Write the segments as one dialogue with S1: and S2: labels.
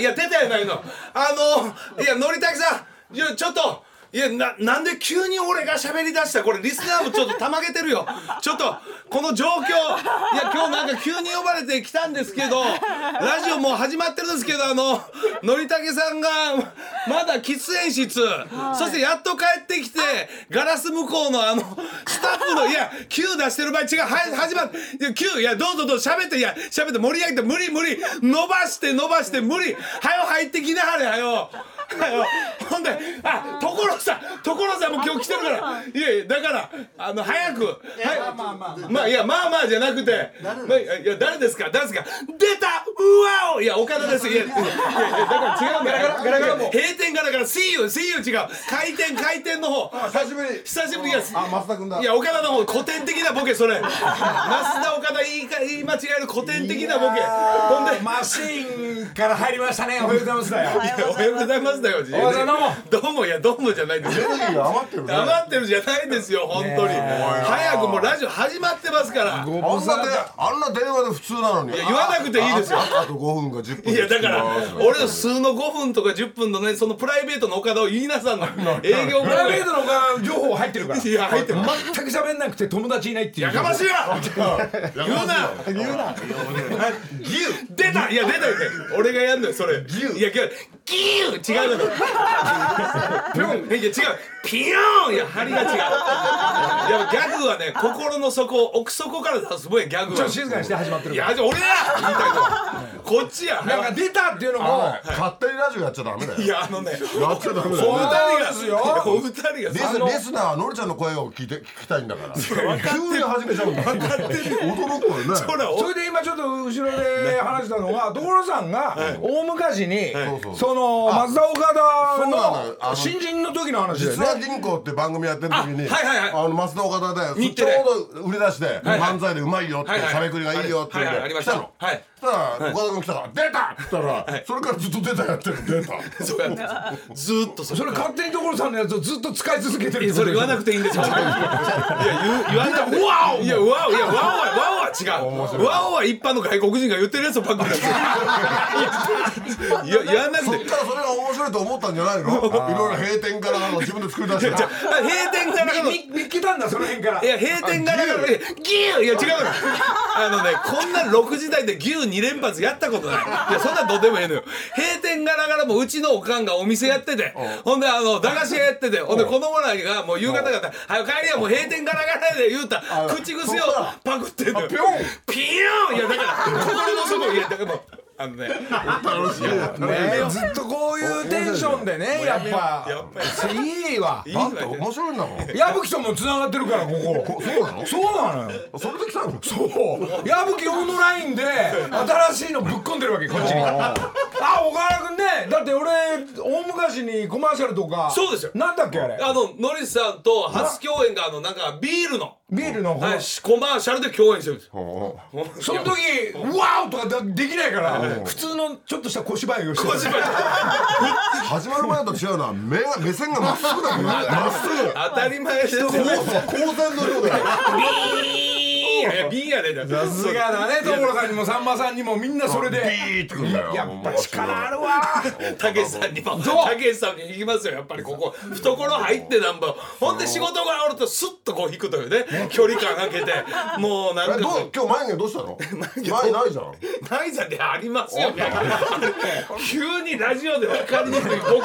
S1: やないのあのいやのりたけさんいやちょっといやななんで急に俺が喋りだしたこれリスナーもちょっとたまげてるよちょっとこの状況いや今日なんか急に呼ばれてきたんですけどラジオもう始まってるんですけどあののりたけさんがまだ喫煙室、そしてやっと帰ってきてガラス向こうのあのスタッフのいや Q 出してる場合違うはい始まっていや Q いやどうぞどうぞ喋っていや喋って盛り上げて無理無理伸ばして伸ばして無理はよ入ってきなはれはよ。はよほんであ所さん所さんも今日来てるからいやいやだからあの早くはい
S2: まあまあまあま あ
S1: まあいやまあまあじゃなくてまあいやいや誰ですか誰ですか出たうわおいや岡田ですいやいやいやいやだから違うんだよ
S2: ガラガラガラガラも
S1: 閉店ガラガラ See you See you 違う回転回転の方
S2: あ久しぶり
S1: 久しぶりや
S2: あ松田君だ
S1: いや岡田の方古典的なボケそれ増田岡田言いか言い間違える古典的なボケほんで
S3: マシーンから入りましたねおはようございますだよ
S1: おはようございますだよ。
S3: はようございます
S1: どうも。どうもいやどうもじゃないです
S2: エ
S1: よ。
S2: ネルギーが余ってるね
S1: 黙ってるじゃないですよ本当に。早くもうラジオ始まってますから。い
S2: あんなであんな電話で普通なの
S1: や
S2: に
S1: 言わなくていいですよ。
S2: ああと5分か10分
S1: いやだから俺の数の5分とか10分のねそのプライベートの岡田を言いなさん の営業
S3: プ
S1: プラ
S3: ライ
S1: イ
S3: ベ
S1: ベー
S3: ートの方が情報入ってるから
S1: トいや入ってる。
S3: 全く喋んなくて友達いないっていう
S1: やかましいわ 言うな
S2: 言うな
S1: 出たいや出たよね俺がやんのよそれギュいやギュギュ違うのよピョンいや違うピヨーンいや針が違ういやギャグはね心の底奥底から出すごいギャグ
S3: ちょ
S1: は
S3: っと静かにして始まってる
S1: い
S3: か
S1: やじゃあ俺だ言いたいのはこっちや
S3: らなんか出たっていうのも
S2: 勝手にラジオやっちゃダメだよ
S1: いやあのね
S2: やっちゃダメだ
S1: お
S2: よ
S1: 二人
S2: ね
S1: が
S3: そうですよ
S1: いやお二人が
S2: リスリスナーはのりちゃんの声を聞いて聞きたいんだから急に始めちゃうん だ
S1: 分かってる
S2: 驚くわよね
S1: ほらお
S3: それで今ちょっと後ろで話したのが所さんが大昔に
S2: そう
S3: その松田岡田
S2: そうなのあ
S3: の
S2: の
S3: 新人の時の話だよ
S2: 実
S3: ね
S2: は銀行って番組やってる時に
S1: あはいはいはい
S2: あの増田岡田で
S1: 日テ
S2: ち
S1: レ
S2: ょうど売り出して
S1: いはい
S2: 漫才でうまいよって
S1: はいはい
S2: しゃべくりがいいよって言
S1: はいはい
S2: っ
S1: あり
S2: て
S1: ま
S2: 来
S1: した
S2: たの
S1: はい
S2: そしたら岡田君来たから「出た!」って言ったらそれからずっと「出た」やってる「出た」
S1: そうやって ずーっとそ
S3: それ勝手に所さんのやつをずっと使い続けてる
S1: いやそれ言わなくていいんですよ。 いや言う言わなくて。わお。いやわおいやわおはわおは違う。わおは一般の外国人が言ってるやつばっかりですよ。い や言わなく
S2: そ
S1: て
S2: っ。からそれが面白いと思ったんじゃないのいろいろ閉店からあの自分で作り出して
S1: じゃあ閉店ガラガラのい
S3: 見見っけたんだその辺から
S1: や閉店ガラガラのいやギューいや違うの。あのねこんな6時台で牛2連発やったことない。いやそんなんどうでもええのよ。閉店ガラガラもうちのおかんがお店やってて、ほんであの駄菓子屋やってて、ほんで子供らがもう夕方だったら、早く帰りやもう閉店ガラガラやで言うたら口癖をパクってんのよ。
S3: ピョン
S1: ピヨーンいやだから心の底いやだからもうあ のね
S2: 楽しいよ
S3: ねずっとこういうテンションでねやっ
S1: や
S3: ぱ
S1: っぱり
S3: いいわ
S1: いい
S2: だ
S1: わ
S2: って面白いんだもん
S3: 矢吹ともつながってるからここ
S2: こそうなの
S3: そうなのよ
S2: それで来たの
S3: そう矢吹オンのラインで新しいのぶっ込んでるわけこっちにあ岡原君ねだって俺大昔にコマーシャルとか
S1: そうですよ
S3: なんだっけあれ
S1: あのノリさんと初共演があのなんかビールの、
S3: ビールの
S1: はい、コマーシャルで共演してるんですよ
S2: お
S3: その時「ワオ!」とかできないから普通のちょっとした小芝居をして
S1: 小芝居
S2: う始まる前と違うのは目が目線がまっすぐだもんねまっすぐ
S1: 当たり前ですよ
S2: 高山のようだよ
S1: いやビーやでだ
S3: さすがだね所さんにもさんまさんにもみんなそれで
S2: ビーってくんだよ
S3: やっぱ力あるわ
S1: たけしさんにもたけしさんに行きますよやっぱりここ懐入ってなんぼほんで仕事が終わるとスッとこう引くというね距離感かけてもうなん
S2: え
S1: か
S2: どう今日眉毛どうしたの眉ないじゃん
S1: ないじゃんでありますよみたいな急にラジオで分かりにくい僕ほん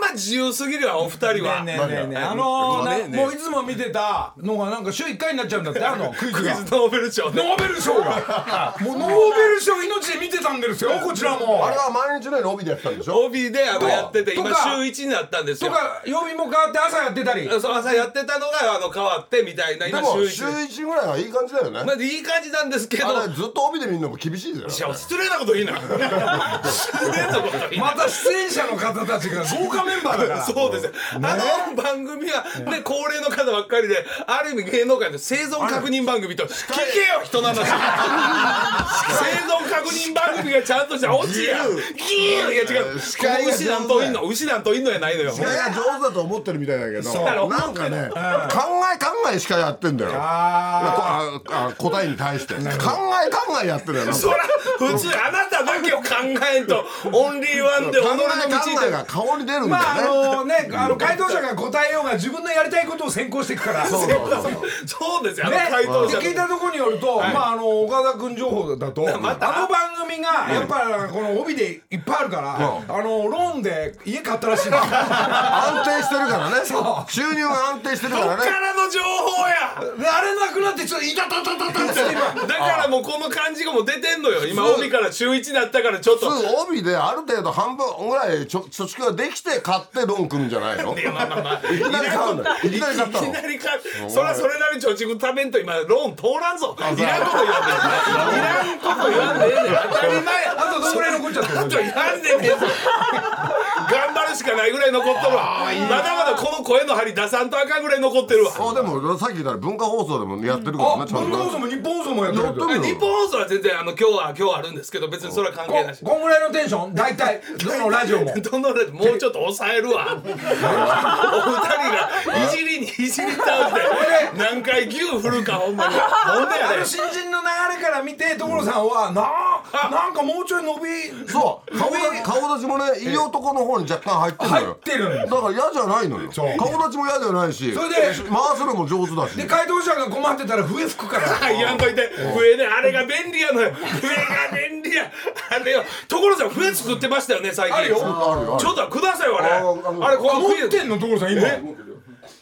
S1: ま自由すぎるわお二人は、
S3: ねえねえねえあのーなもういつも見てたのがなんか週1回になっちゃうんだってあの クイズ
S1: クイ
S3: が
S1: ズノーベル賞ね
S3: ノーベル賞が もうノーベル賞命で見てたんですよこちらも
S2: あれは毎日のように帯でやってたんでしょ
S1: 帯であのやってて今
S3: とか
S1: 週一になったんです
S3: と
S1: よ
S3: か曜日も変わって朝やってたり
S1: そう朝やってたのがあの変わってみたいな
S2: で
S1: 今
S2: も
S1: 週
S2: 週
S1: 1
S2: 1ぐらいがいい感じだよね
S1: まあいい感じなんですけど
S2: あれずっと帯で見るのも厳しいじゃん
S1: いや失礼なこといいな失礼なこといいな
S3: また出演者の方たちが豪 華メンバーだから
S1: そうですよあの番組はね高齢の方ばっかりである意味芸能界の生存確認番組と聞けよ人の話生存確認番組がちゃんとしたオチやギューいや違う
S2: 司会
S1: こ
S2: が
S1: の牛なんといんの牛なんといんのやないのよ
S2: いやいや上手だと思ってるみたいだけど
S1: う
S2: なんかね考え考えしかやってんだよ
S3: あ
S2: ああ答えに対して考え考えやってるよな
S1: そら普通あなたなんけを考えんとオンリーワンで己
S2: 考
S1: の
S2: え
S1: 道
S2: 考え
S1: で
S2: が顔に出るんだよね、
S3: まああのねあの回答者が答えようが自分のやりたいことを先行していくから
S2: そうそうそう
S1: そうですよ、
S3: ね
S1: あの回答、者
S3: で聞いたところによると、まああの岡田君情報だと、あの
S1: また
S3: 番組がやっぱこの帯でいっぱいあるから、あのローンで家買ったらしいな。
S2: 安定してるからね収入が安定してる
S1: こ
S2: か
S1: っ
S2: らね
S1: からの情報や
S3: であれなくなってちょっといたたたたたって今。
S1: だからもうこの感じがもう出てんのよ今帯から中1だったからちょっと
S2: 普通帯である程度半分ぐらいちょ貯蓄ができて買ってローン組むんじゃないのい
S1: いやまあまあまあ
S2: きなり買うのいきなり買っ
S1: い
S2: た
S1: き
S2: の
S1: なりかそらそれなりに貯蓄ためんと今ローン通らんぞいらんこと言わんでいいいらんこと言わんでええねん当たり前
S3: あとどんぐらい残っちゃってる
S1: あといらんでねえぞ頑張るしかないぐらい残っとるわまだまだこの声の張り出さんとあかんぐらい残ってるわ
S2: あでもさっき言ったら文化放送でもやってるから
S3: あ
S2: ね、ちゃ
S3: 文
S2: ん
S3: 化
S2: と
S3: 放送も日本放送もやってる
S2: やっとる
S1: 日本放送は全然あの今日は今日はあるんですけど別にそれは関係ないし
S3: ここんぐらいのテンション大体どのラジオも。
S1: どのレもうちょっと抑えるわお二人がいじりにいじり倒して何回牛振るかほんまにほんま
S3: あ
S1: や
S3: の
S1: ね
S3: 新人の流れから見て所さんはなあなんかもうちょい伸び
S2: そう顔立ち顔立ちもねいい男の方に若干入ってるの
S3: 入っ
S2: よ
S3: てるんです
S2: だから嫌じゃないのよ
S3: そう
S2: 顔立ちも嫌じゃないし
S3: それで
S2: 回すのも上手だし
S3: で回答者が困ってたら笛吹くから
S1: 言わんといて笛ねあれが便利やのよ笛が便利やあれよ所さん笛作ってましたよね最近
S3: あるよ
S2: あるよある
S1: ちょっとくださいよあれ
S2: あー
S1: あれこのク
S3: 持
S1: イ
S3: っ
S1: ズ
S3: てんの所さん今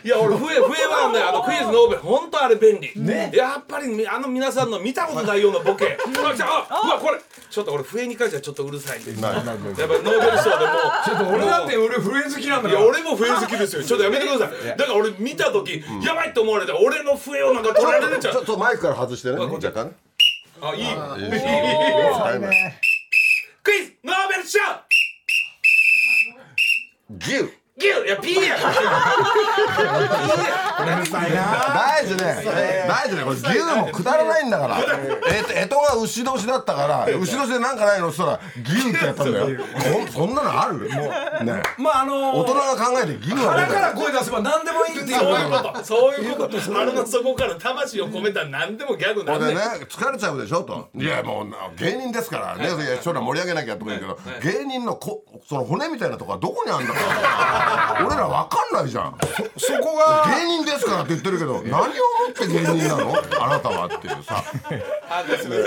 S1: いや俺笛笛はねあのクイズのオーベ本当あれ便利
S3: ね
S1: やっぱりみあの皆さんの見たことないようなボケあ来たあうわこれちょっと俺笛に関してはちょっとうるさいんでやっぱりノーベル賞でもう
S3: ちょっと俺だって俺笛好きなんだ
S1: い
S3: か
S1: や
S3: ら
S1: 俺も笛好きですよちょっとやめてくださいだから俺見た時、やばいと思われたら俺の笛をなんか取られるんち
S2: ち
S1: ゃ
S2: ょ
S1: う
S2: っとマイクから外してね若干ね
S1: あいいいいいい
S2: 使います
S1: クイズノーベル賞
S2: 牛
S1: ギューいやピーや
S2: 大事ね大事ねこれ牛もくだらないんだからえとえとが牛年だったから牛年でなんかないのっつったら牛ってやったんだよこんそんなのあるもうね
S3: まああの
S2: 大人が考えて牛は
S3: 腹か
S2: 出たよ
S3: ら声出せば何でもいいっていう
S1: そういうことそういうこと腹の底から魂を込めたら何でもギャグなん
S2: で
S1: で
S2: ね疲れちゃうでしょといやもうな芸人ですからねいや将来盛り上げなきゃとか言うけど芸人のこその骨みたいなとこはどこにあるんだか俺ら分かんないじゃん
S3: そこが
S2: 芸人ですからって言ってるけど何をもって芸人なのあなたはっていうさ
S1: あすみま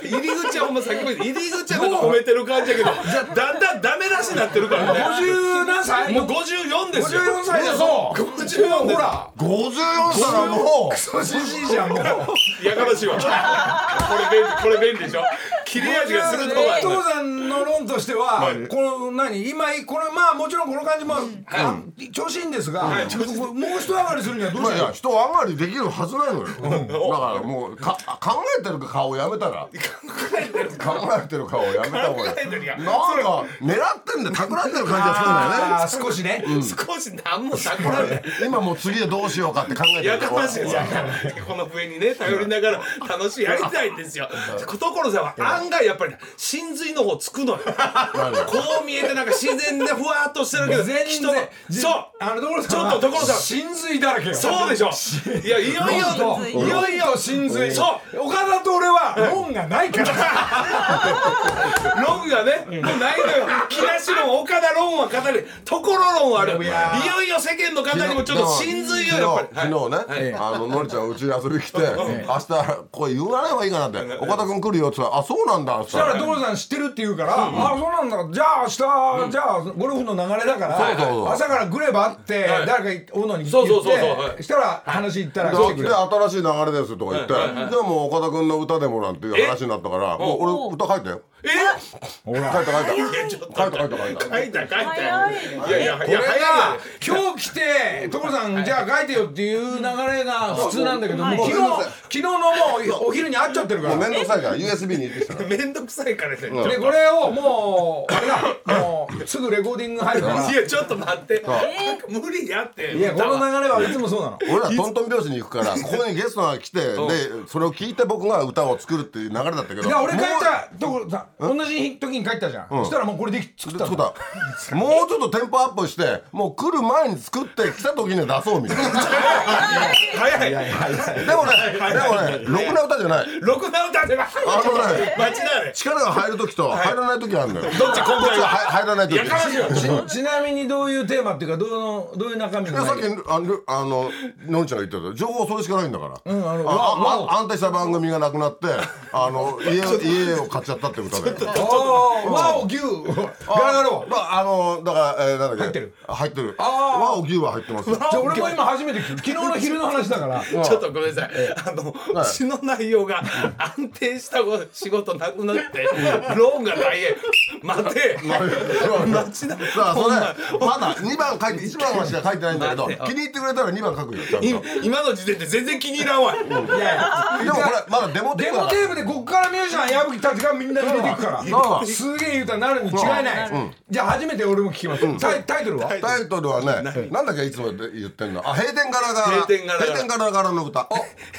S1: せん入り口はほんま先ほど入り口はなんか褒めてる感じやけどだんだんダメ出しになってるからね
S3: 50何歳
S1: もう54ですよ
S3: 54歳だぞ
S1: 54で
S3: ほら
S2: 54歳はもう
S3: クソじじいじゃんもう
S1: やかましいわこれ便利これ便利でしょ切れ味がするとは
S3: 所さんの論としてはこの何今これまあもちろんこの感じもあ調子いいんですがもう一上がりするにはどう
S2: ま
S3: し
S2: あい
S3: よ
S2: や人あんまりできるはずないのよ、だからもうか考えてる顔やめたら考えてる顔やめた方がい
S1: 考えてる
S2: い
S1: や
S2: なんんか狙ってんで企んでる感じ
S3: あ
S2: が
S3: ー少しね
S1: 少し何もたくらんで
S2: するんだよね今もう次でどうしようかって考えて
S1: や
S2: る
S1: か
S2: 顔
S1: ましいですよこの笛にね頼りな がら楽しいやりたいんですよ所さんは案外やっぱり真髄の方つくの よこう見えてなんか自然でふわっとしてるけど
S3: 全
S1: 人の
S3: 然
S1: そう
S3: あの所さん
S1: ちょっと所さん
S3: 真髄だらけよ
S1: そうでしょいやいよいよ
S3: ロンと
S1: いよいよ
S3: 真髄
S1: そ
S3: 岡田と俺は論がないから
S1: ロンがね、もうないのよ。木梨論、岡田論は語る。ところ論はある。い
S3: や
S1: よいよ世間の方にもちょっと真髄をやっぱり。
S2: 昨日昨日ね、あののりちゃんうちに遊びに来て、明日これ言わない方がいいかなって、岡田君来るよっつったら「あそうなんだ」っつっ
S3: そしたた
S2: ら
S3: ら所さん知ってるって言うから、あそうなんだじゃあ明日、じゃあゴルフの流れだから、
S2: そうそうそう
S3: 朝からグレバって、誰か大野に言って
S1: そうそうそうそうはい
S3: したら話行ったら来
S2: そ
S3: て
S2: う
S3: く
S2: で
S3: れ
S2: 新しい流れですとか言って、じゃあもう岡田君の歌でもなんていう話になったからもう俺歌書いたよ
S1: え
S2: 書いた書いた書い
S1: いやちょっと
S2: た書いた書いた
S1: 書いた書いた。い
S4: 早い
S1: やいや、い
S3: 俺
S1: や、早
S3: が
S1: い
S3: 今日来て所さんじゃあ書いてよっていう流れが普通なんだけど、
S4: はい
S3: もう昨日
S2: はい
S3: 昨日のもうお昼に会っちゃってるか
S2: も
S3: ら
S2: う
S3: ね
S2: 面倒くさいから USB に入れてきた
S1: よ。めんどくさいからね。
S2: ん
S3: これをもうあれだもうすぐレコーディング入るか ら
S1: いや、ちょっと待って
S4: え。
S1: 無理やって。
S3: いやこの流れはいつもそうなの
S2: 俺らトントン拍子に行くからここにゲストが来てでそれを聞いて僕が歌歌を作るっていう流れだったけど
S3: いや俺帰っ
S2: もう
S3: たとこさ同じ時に帰ったじゃん、そしたらもうこれでき作った
S2: そ
S3: の
S2: うだもうちょっとテンポアップしてもう来る前に作ってきた時には出そうみたいな
S1: 早い
S2: でもねでもねろくな歌じゃない
S1: ろくな歌では
S2: あのね
S1: 間違い
S2: 力が入る時と入らない時があるんだよ
S1: どっち今回
S2: は
S1: は
S2: 入らない時
S1: やかましいわ
S3: ちちなみにどういうテーマっていうかどうのどういう中身
S2: いや
S3: の
S2: さっきあのあののんちゃんが言ってた情報それしかないんだから、あああ安定した番組がなくなってあの家家を買っちゃったって歌だよ
S3: おおワオ牛ガラガラ
S2: まああのだから、えー、なんだっけ入って
S3: る
S2: 入ってる
S3: あー
S2: 和お牛は入ってますよ
S3: じゃあ俺も今初めて聞く昨日の昼の話だから
S1: ちょっとごめんなさい、あの、詩の内容が安定した仕事なくなって、ローンが大変。待て、待ちな。
S2: だからそ
S1: ほん
S2: れ
S1: ま
S2: まだ2番書いて1番はしか書いてないんだけど
S1: 待ってよ
S2: 気に入ってくれたら2番書くよちゃんとでもこ
S1: 今の時点で全然気に入らんわ。
S3: いやいや
S2: れまだデモテ
S3: デ
S2: ープだ
S3: モ
S2: か
S3: テープでこっからミュージシャン矢吹たちがみんな出てくか
S2: そうだ
S3: らすげえ歌になるに違いない、じゃあ初めて俺も聞きます、タイタイトルは
S2: らタイトルはねなんだっけいつも言ってんのあ閉店ガラガラ
S1: 閉店ガラガラ
S2: 閉店ガラガラの歌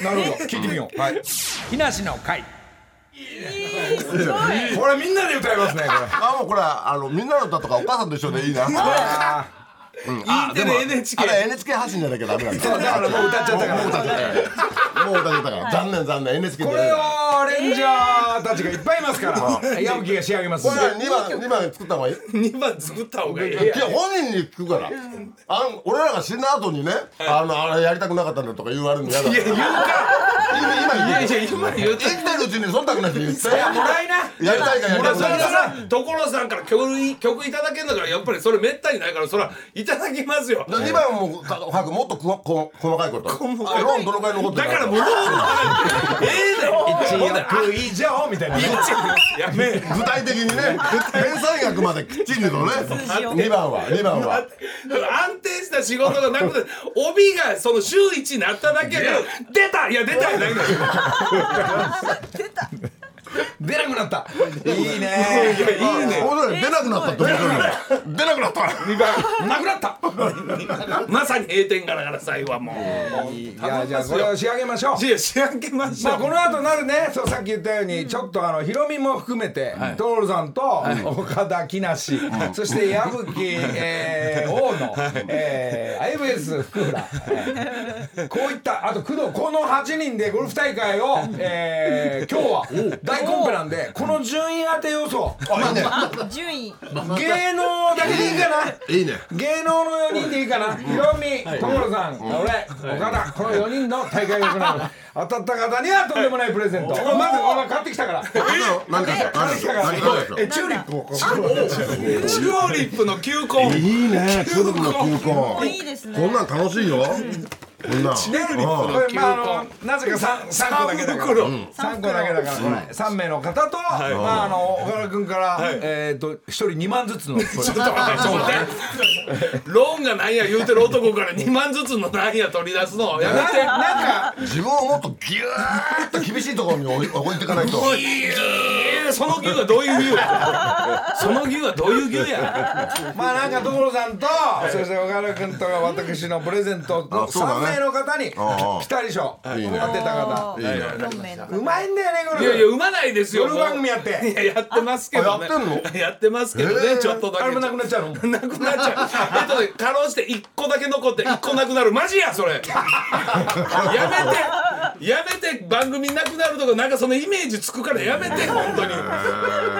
S3: なるほど聞いてみよう
S2: はい
S3: 木梨の会
S4: すごい
S3: これみんなで歌いますねこれ
S2: あもうこれあのみんなの歌とかお母さんと一緒でいいな。
S1: E テレ NHK
S2: あ。れ NHK 発信じゃなきゃダメなんだ。
S3: だからもう歌っちゃったから
S2: もう歌っちゃったから。もう歌っちゃったから。残念残念 NHK
S3: こ
S2: で。こ
S3: れ
S2: れ
S3: をアレンジャーたちがいっぱいいますから矢吹が仕上げますんで
S2: は二番二番作った方がいい。い
S1: 2番作った方がいい。
S2: や本人に聞くから。あん俺らが死んだ後にね、あのあれやりたくなかったんだとか言われるの嫌だから。
S1: 言うか。
S2: 今今
S1: いやい
S2: 言う。
S1: や、今言うて
S2: 生。きてるうちに忖度なしに言って。
S3: いやもらいな
S2: やりたいからやりたく
S1: それ
S2: ない
S1: は
S2: から。
S1: さ、所さんから曲い曲いただけんだから、やっぱりそれめったにないから、そら、いただきますよ。
S2: 2番もか早くもっとここ細かいこと。あローンどのくらい残って
S1: だ
S2: る
S1: からもうローンが、ええねん。ほんで
S3: 1億以上みたいなね
S1: やめえ。
S2: 具体的にね返済額まできっちりとね2番は2番は
S1: 安定した仕事がなくて帯がその週1になっただけやから出たいや出たいないのよ
S3: 出なくなった
S1: い
S3: いいね
S1: いね
S2: ほんとに出なくなったって面白いね出なくなった
S3: なくなった
S1: まさに閉店ガラガラ最後はもう
S3: いやじゃあこれを仕上げましょう
S1: いや仕上げまし
S3: ま
S1: ょ
S3: あこ
S1: う
S3: の後なるねそうさっき言ったようにちょっとあのヒロミも含めて徹さんと岡田木梨そして矢吹えー大野えー IBS 福浦えーこういったあと工藤この8人でゴルフ大会をえー今日は大コンペなんでこの順位当て予想
S4: 順位
S3: 芸能だけでいいかない
S2: いね
S3: 芸能の4人でいいかな、ヒロミ、所さん、俺、岡田、この4人の大会が行われる当たった方にはとんでもないプレゼント、まず俺は買ってきたから、
S2: 何かしら何かしら何かしら
S3: えチューリップをこ
S1: チューリップの球根
S2: いいね中国の空港
S4: いいですね
S2: こんなん楽しいよこんなん
S3: う、これ、まあ、あのなぜか 3, 三個だけだから、
S1: 袋
S3: 3個だけだから、これ、3名の方と、まあ、あの岡田君から、えっと1人2万ずつの、 これ
S1: ローンがなんや言うてる男から2万ずつのなんや取り出すのやめ
S3: な
S1: て
S3: なんか、
S2: 自分をもっとギューッと厳しいところに置い置いていかないと
S1: えーその牛はどういう牛やその牛はどういう牛や
S3: まあなんか所さんと、そして岡田君と私のプレゼントの
S2: あそうだね
S3: 3名の方に、
S2: ああ
S3: ピタリ賞、当
S2: い
S3: て
S2: いね
S3: た方。
S2: いいね
S4: 4名の
S3: うまいんだよねこ
S1: い
S3: れ
S1: やいや生まないですよ
S3: 夜番組やって
S1: いややってますけどね
S2: あやって ん
S1: やってますけどねちょっとだけ
S3: あれもなくなっちゃうの
S1: なくなっちゃ う。えっと、かろうじて一個だけ残って一個なくなる。マジや、それ。 やめて。やめて、番組なくなるとか、なんかそのイメージつくからやめて、本当に。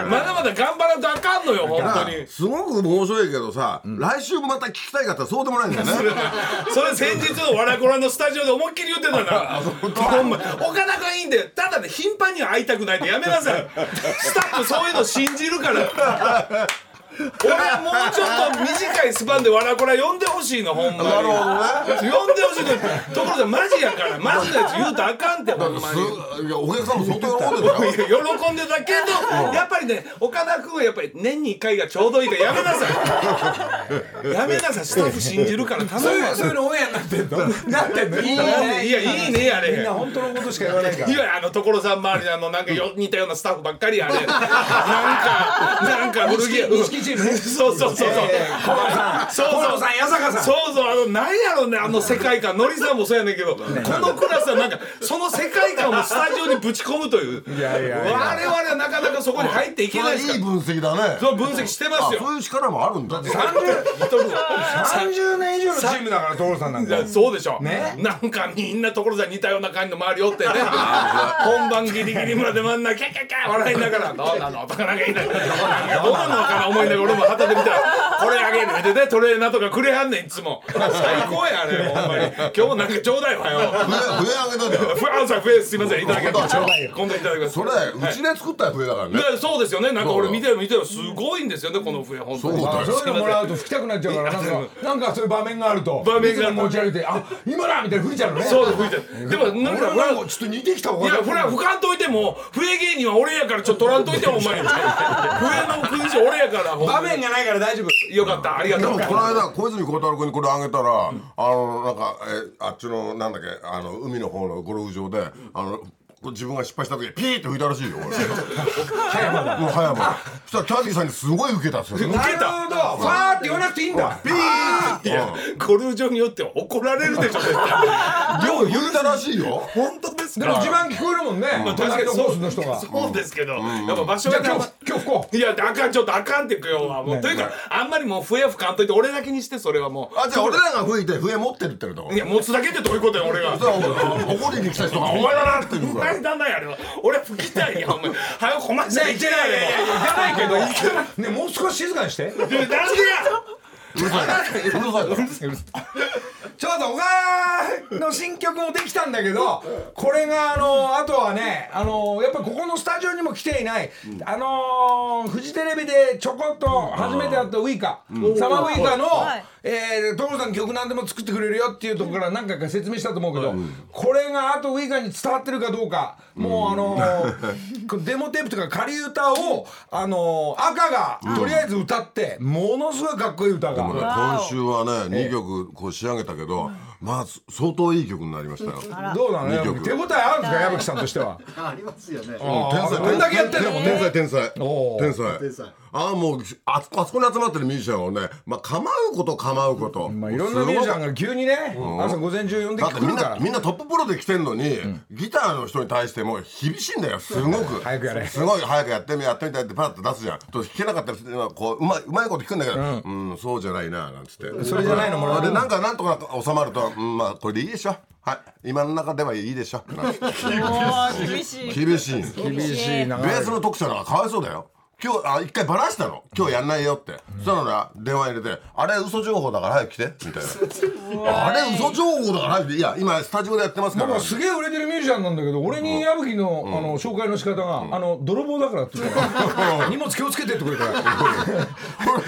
S1: まだまだ頑張らんとあかんのよ、本
S2: なあ
S1: 当に。
S2: すごく面白いけどさ来週また聞きたいかったらそうでもないんだよね
S1: それ先日の「わらこら」のスタジオで思いっきり言ってたなほんま岡田君いいんだよただね頻繁には会いたくないってやめなさ いスタッフそういうの信じるから俺はもうちょっと短いスパンで「わらこら」呼んでほしいのほんまに
S2: なるほどね
S1: 呼んでほしいのところでマジやからマジのやつ言うとあかんってほんまに。
S2: すいやお客さんも相当喜んでたよ
S1: いや喜んでたけどやっぱりね岡田君はやっぱり年に1回がちょうどいいからやめなさいやめなさいスタッフ信じるから
S3: そ
S1: 頼
S3: う
S1: む
S3: い
S1: わ
S3: うそういうのオンエアになってんのなってんのいい
S1: いやいいねあれ
S3: みんな本当のことしか言わないから
S1: いやあの所さん周りのあのなんかよ似たようなスタッフばっかり あれなんかなんか古着屋
S3: 錦チームね
S1: そうそうそうそう、
S3: 小原さん
S1: そう
S3: 小
S1: そ
S3: 原
S1: う
S3: さん八坂さん
S1: そうそうあのなんやろうねあの世界観のりさんもそうやねんけどこのクラスはなんかその世界観をスタジオにぶち込むという
S3: いやいやいや
S1: 我々はなかなかそこに入っていけない
S2: れ
S1: で
S2: い
S1: す
S2: い
S1: から
S2: 分析だね
S1: そう分析してま
S2: あ
S1: すよ
S2: そういう力もあるんだ
S3: 30年以上のチームだから所さんなん
S1: い
S3: か
S1: やそうでしょ、
S3: ね
S1: なんかみんな所沢似たような感じの周りお ってね本番ギリギリまで真ん中キャッキャッキャッ笑いながら「ど うなの?」とかなんか言いながら「どうなのかな?」思いながら俺も旗で見 たら「これあげる」でねトレーナーとかくれはんねんいつ も 最高やあれほんまに今日なんかちょうだいわよ
S2: 笛笛あげたじゃん
S1: ファンさんフェイスすいませんいただけます
S2: ちょうだ
S1: 今度いただきます
S2: それうちで作った笛だからね
S1: ねそうですよねなんか俺見てる見てるすごいんですよねこの笛本当に
S2: そうだよ
S3: あそういうのもらうと吹きたくなっちゃうからなんかなんかそういう場面があると
S1: 場面がある
S3: いつも持ち歩いてあ今だみたいな吹いちゃうのね
S1: そうです吹いてるでもなんか
S2: 俺なんかちょっと似てきたわ
S1: いや、ほら、吹かんといても、笛芸人は俺やから、ちょっと取らんといても、お前。笛の君子俺やから、ほん
S3: 場
S1: ま
S3: 面がないから大丈夫
S1: によかった、ありが
S2: で
S1: とう。
S2: もこの間小泉孝太郎君にこれあげたら、あのなんかえあっちのなんだっけあの海の方のゴルフ場であの自分が失敗した時ピーって吹いたらしいよ俺もう早場そしたらキャディーさんにすごい受けたっすよ
S1: 受
S3: な
S1: け
S3: る
S1: た
S3: ほどファーって言わなくていいんだ
S2: ピ ーって
S1: ゴルフ場によっては怒られるでしょ、絶対。
S2: 量言うたらしいよ
S1: 本当です
S3: で
S1: か
S3: も自慢聞こえるもんね
S1: 確かに
S3: 隣の
S1: そ
S3: コ
S1: う
S3: ースの人が
S1: そうですけど、やっぱ場所
S3: じゃ
S1: が
S3: あ今日今日こう
S1: いや、あかん、ちょっとあかんって今日は。もう、というか、あんまりもう笛吹かんといて、俺だけにして、それはも
S2: あじゃあ俺らが吹いて笛持ってるってるとこ
S1: う。いや、持つだけでどういうことや、俺が
S2: そ。したら怒りに来た人が「 お前だな!」って言う
S1: お
S2: から
S1: 前だなやれは俺吹きたいやお前早くこませ
S3: ね
S1: ないい
S3: い
S1: い
S3: け
S1: け
S3: な
S1: ないい
S3: い
S1: や
S3: やいやいけないけどねもう少し静かにして
S1: でもいやなんでや
S2: うるさいうるさいから
S3: ちょうど小川の新曲もできたんだけどこれがあのあとはねあのやっぱここのスタジオにも来ていない、あのーフジテレビでちょこっと初めてやったウイカ、サマーウイカの
S4: はい
S3: 「えー所さん曲何でも作ってくれるよ」っていうところから何回か説明したと思うけど、これがあとウイカに伝わってるかどうかもうあのーこうデモテープとか仮歌をあのー赤がとりあえず歌って、ものすごいかっこいい歌が。
S2: 今週はね2曲こう仕上げたけどまあ相当いい曲になりましたよ
S3: どうなの
S2: 二曲
S3: 手応えあるんですか矢吹さんとしては
S5: ありますよね。
S2: 天才
S3: こんだけやってんだもんね
S2: 天才天才
S3: おー
S2: 天才
S5: 天才
S2: ああもうあそこあそこに集まってるミュージシャンをねまあ構うこと構うこと
S3: まあ、いろんなミュージシャンが急にね、朝午前中呼んで
S2: だっ
S3: き
S2: て
S3: てく
S2: み
S3: る
S2: ん
S3: から
S2: なみんなトッププロで来てんのに、ギターの人に対しても厳しいんだよすごく
S3: 早くやれ
S2: すごい早くやってみやってみたいってパッと出すじゃんと弾けなかったらこううまいうまいこと弾くんだけどうん、そうじゃないななんつって
S3: それじゃないのもらう
S2: でなんかなんとか収まると、うん、まあこれでいいでしょはい今の中ではいいで しょなんつって
S4: おー厳しい
S2: 厳しいの
S3: 厳しいな
S2: ベースの徳ちゃんがかわいそうだよ今日あ一回バラしたの今日やんないよって、そしたらね電話入れて「あれ嘘情報だから早く来て」みたいな「あれ嘘情報だから早く来て」いや今スタジオでやってますか
S3: なん
S2: ら
S3: かすげえ売れてるミュージシャンなんだけど俺に矢吹の,、あの紹介の仕方が、あの泥棒だからって言うから荷物気をつけてってくれたから
S2: 俺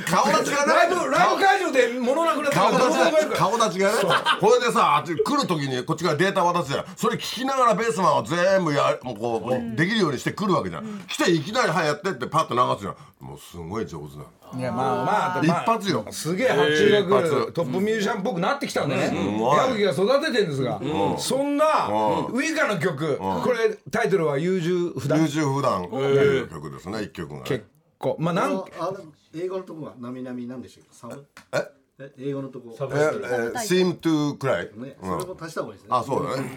S2: 顔立ちがね
S3: ライブライブ会場で物なくなったから
S2: 顔
S3: 泥棒がいる
S2: 立
S3: か
S2: ちが
S3: ら
S2: 顔立ちがねこれでさあっち来る時にこっちからデータ渡すじゃんそれ聞きながらベースマンを全部やもうこう、できるようにして来るわけじゃん、来ていきなり「はいやって」ってパッと流すじゃんもうすごい上手なの
S3: いやまあまあ、
S2: 一
S3: まあ、
S2: 発よ
S3: すげえ発注が
S2: えー一
S3: 来る
S2: 発
S3: トップミュージシャンっぽくなってきたんでね
S2: ごい
S3: 矢吹が育ててるんですが、そんな、ウイカの曲、これタイトルは「優柔不断
S2: 優柔不断という曲ですね一曲がね
S3: 結構」まあ
S5: あ
S3: なん
S5: のあの英語のとこがなみなみなんでしたっけ？サブ。
S2: え
S5: え英語のとこ。
S2: えー、seem to くらい、
S5: ね、それも足した方がいいですね。
S2: あそうだね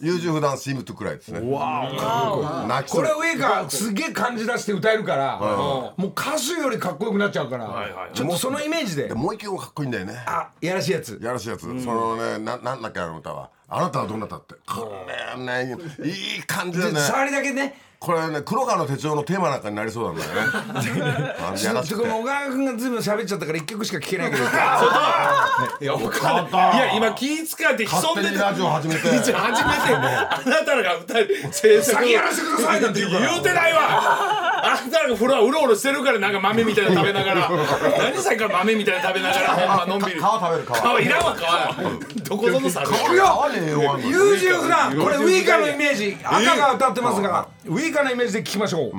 S2: 優柔不断 seem to くらいですね泣きそ
S3: こ
S2: う
S3: れ上がすげえ感じ出して歌えるから、もう歌手よりかっこよくなっちゃうから、ちょっとそのイメージで
S2: でもう一曲かっこいいんだよね
S3: あやらしいやつ
S2: やらしいやつ、そのねななんだっけあの歌はあなたはどうなったってこれねいい感じだね
S3: 触りだけね
S2: これね黒川の手帳のテーマなんかになりそう なんだよねあの
S3: ち
S2: や
S3: ょ
S2: ら
S3: っ
S2: し
S3: と
S2: く
S3: こ
S2: て
S3: の小川君がずいぶん喋っちゃったから一曲しか聞けない けど
S1: いや、わかんない。いや、今気使って
S2: 勝
S1: 潜ん
S2: 手
S1: で
S2: に
S1: て。
S2: ラジオ始めて
S1: 初めて、あなたらが歌い、制作
S3: 先やらせてくださいなんて言うから
S1: 言うてないわ。あなたらがフロアうろうろしてるから、なんか豆みたいなの食べながら。何さっきから豆みたいなの食べながら、ほんまのんびり。
S2: か皮食べる皮
S1: 皮いらんわ、皮。どこぞのさ。
S3: これよ
S2: 皮に栄養あんの
S3: 優柔不断これウイカのイメージ赤が歌ってますからウイカのイメージで聞きましょう、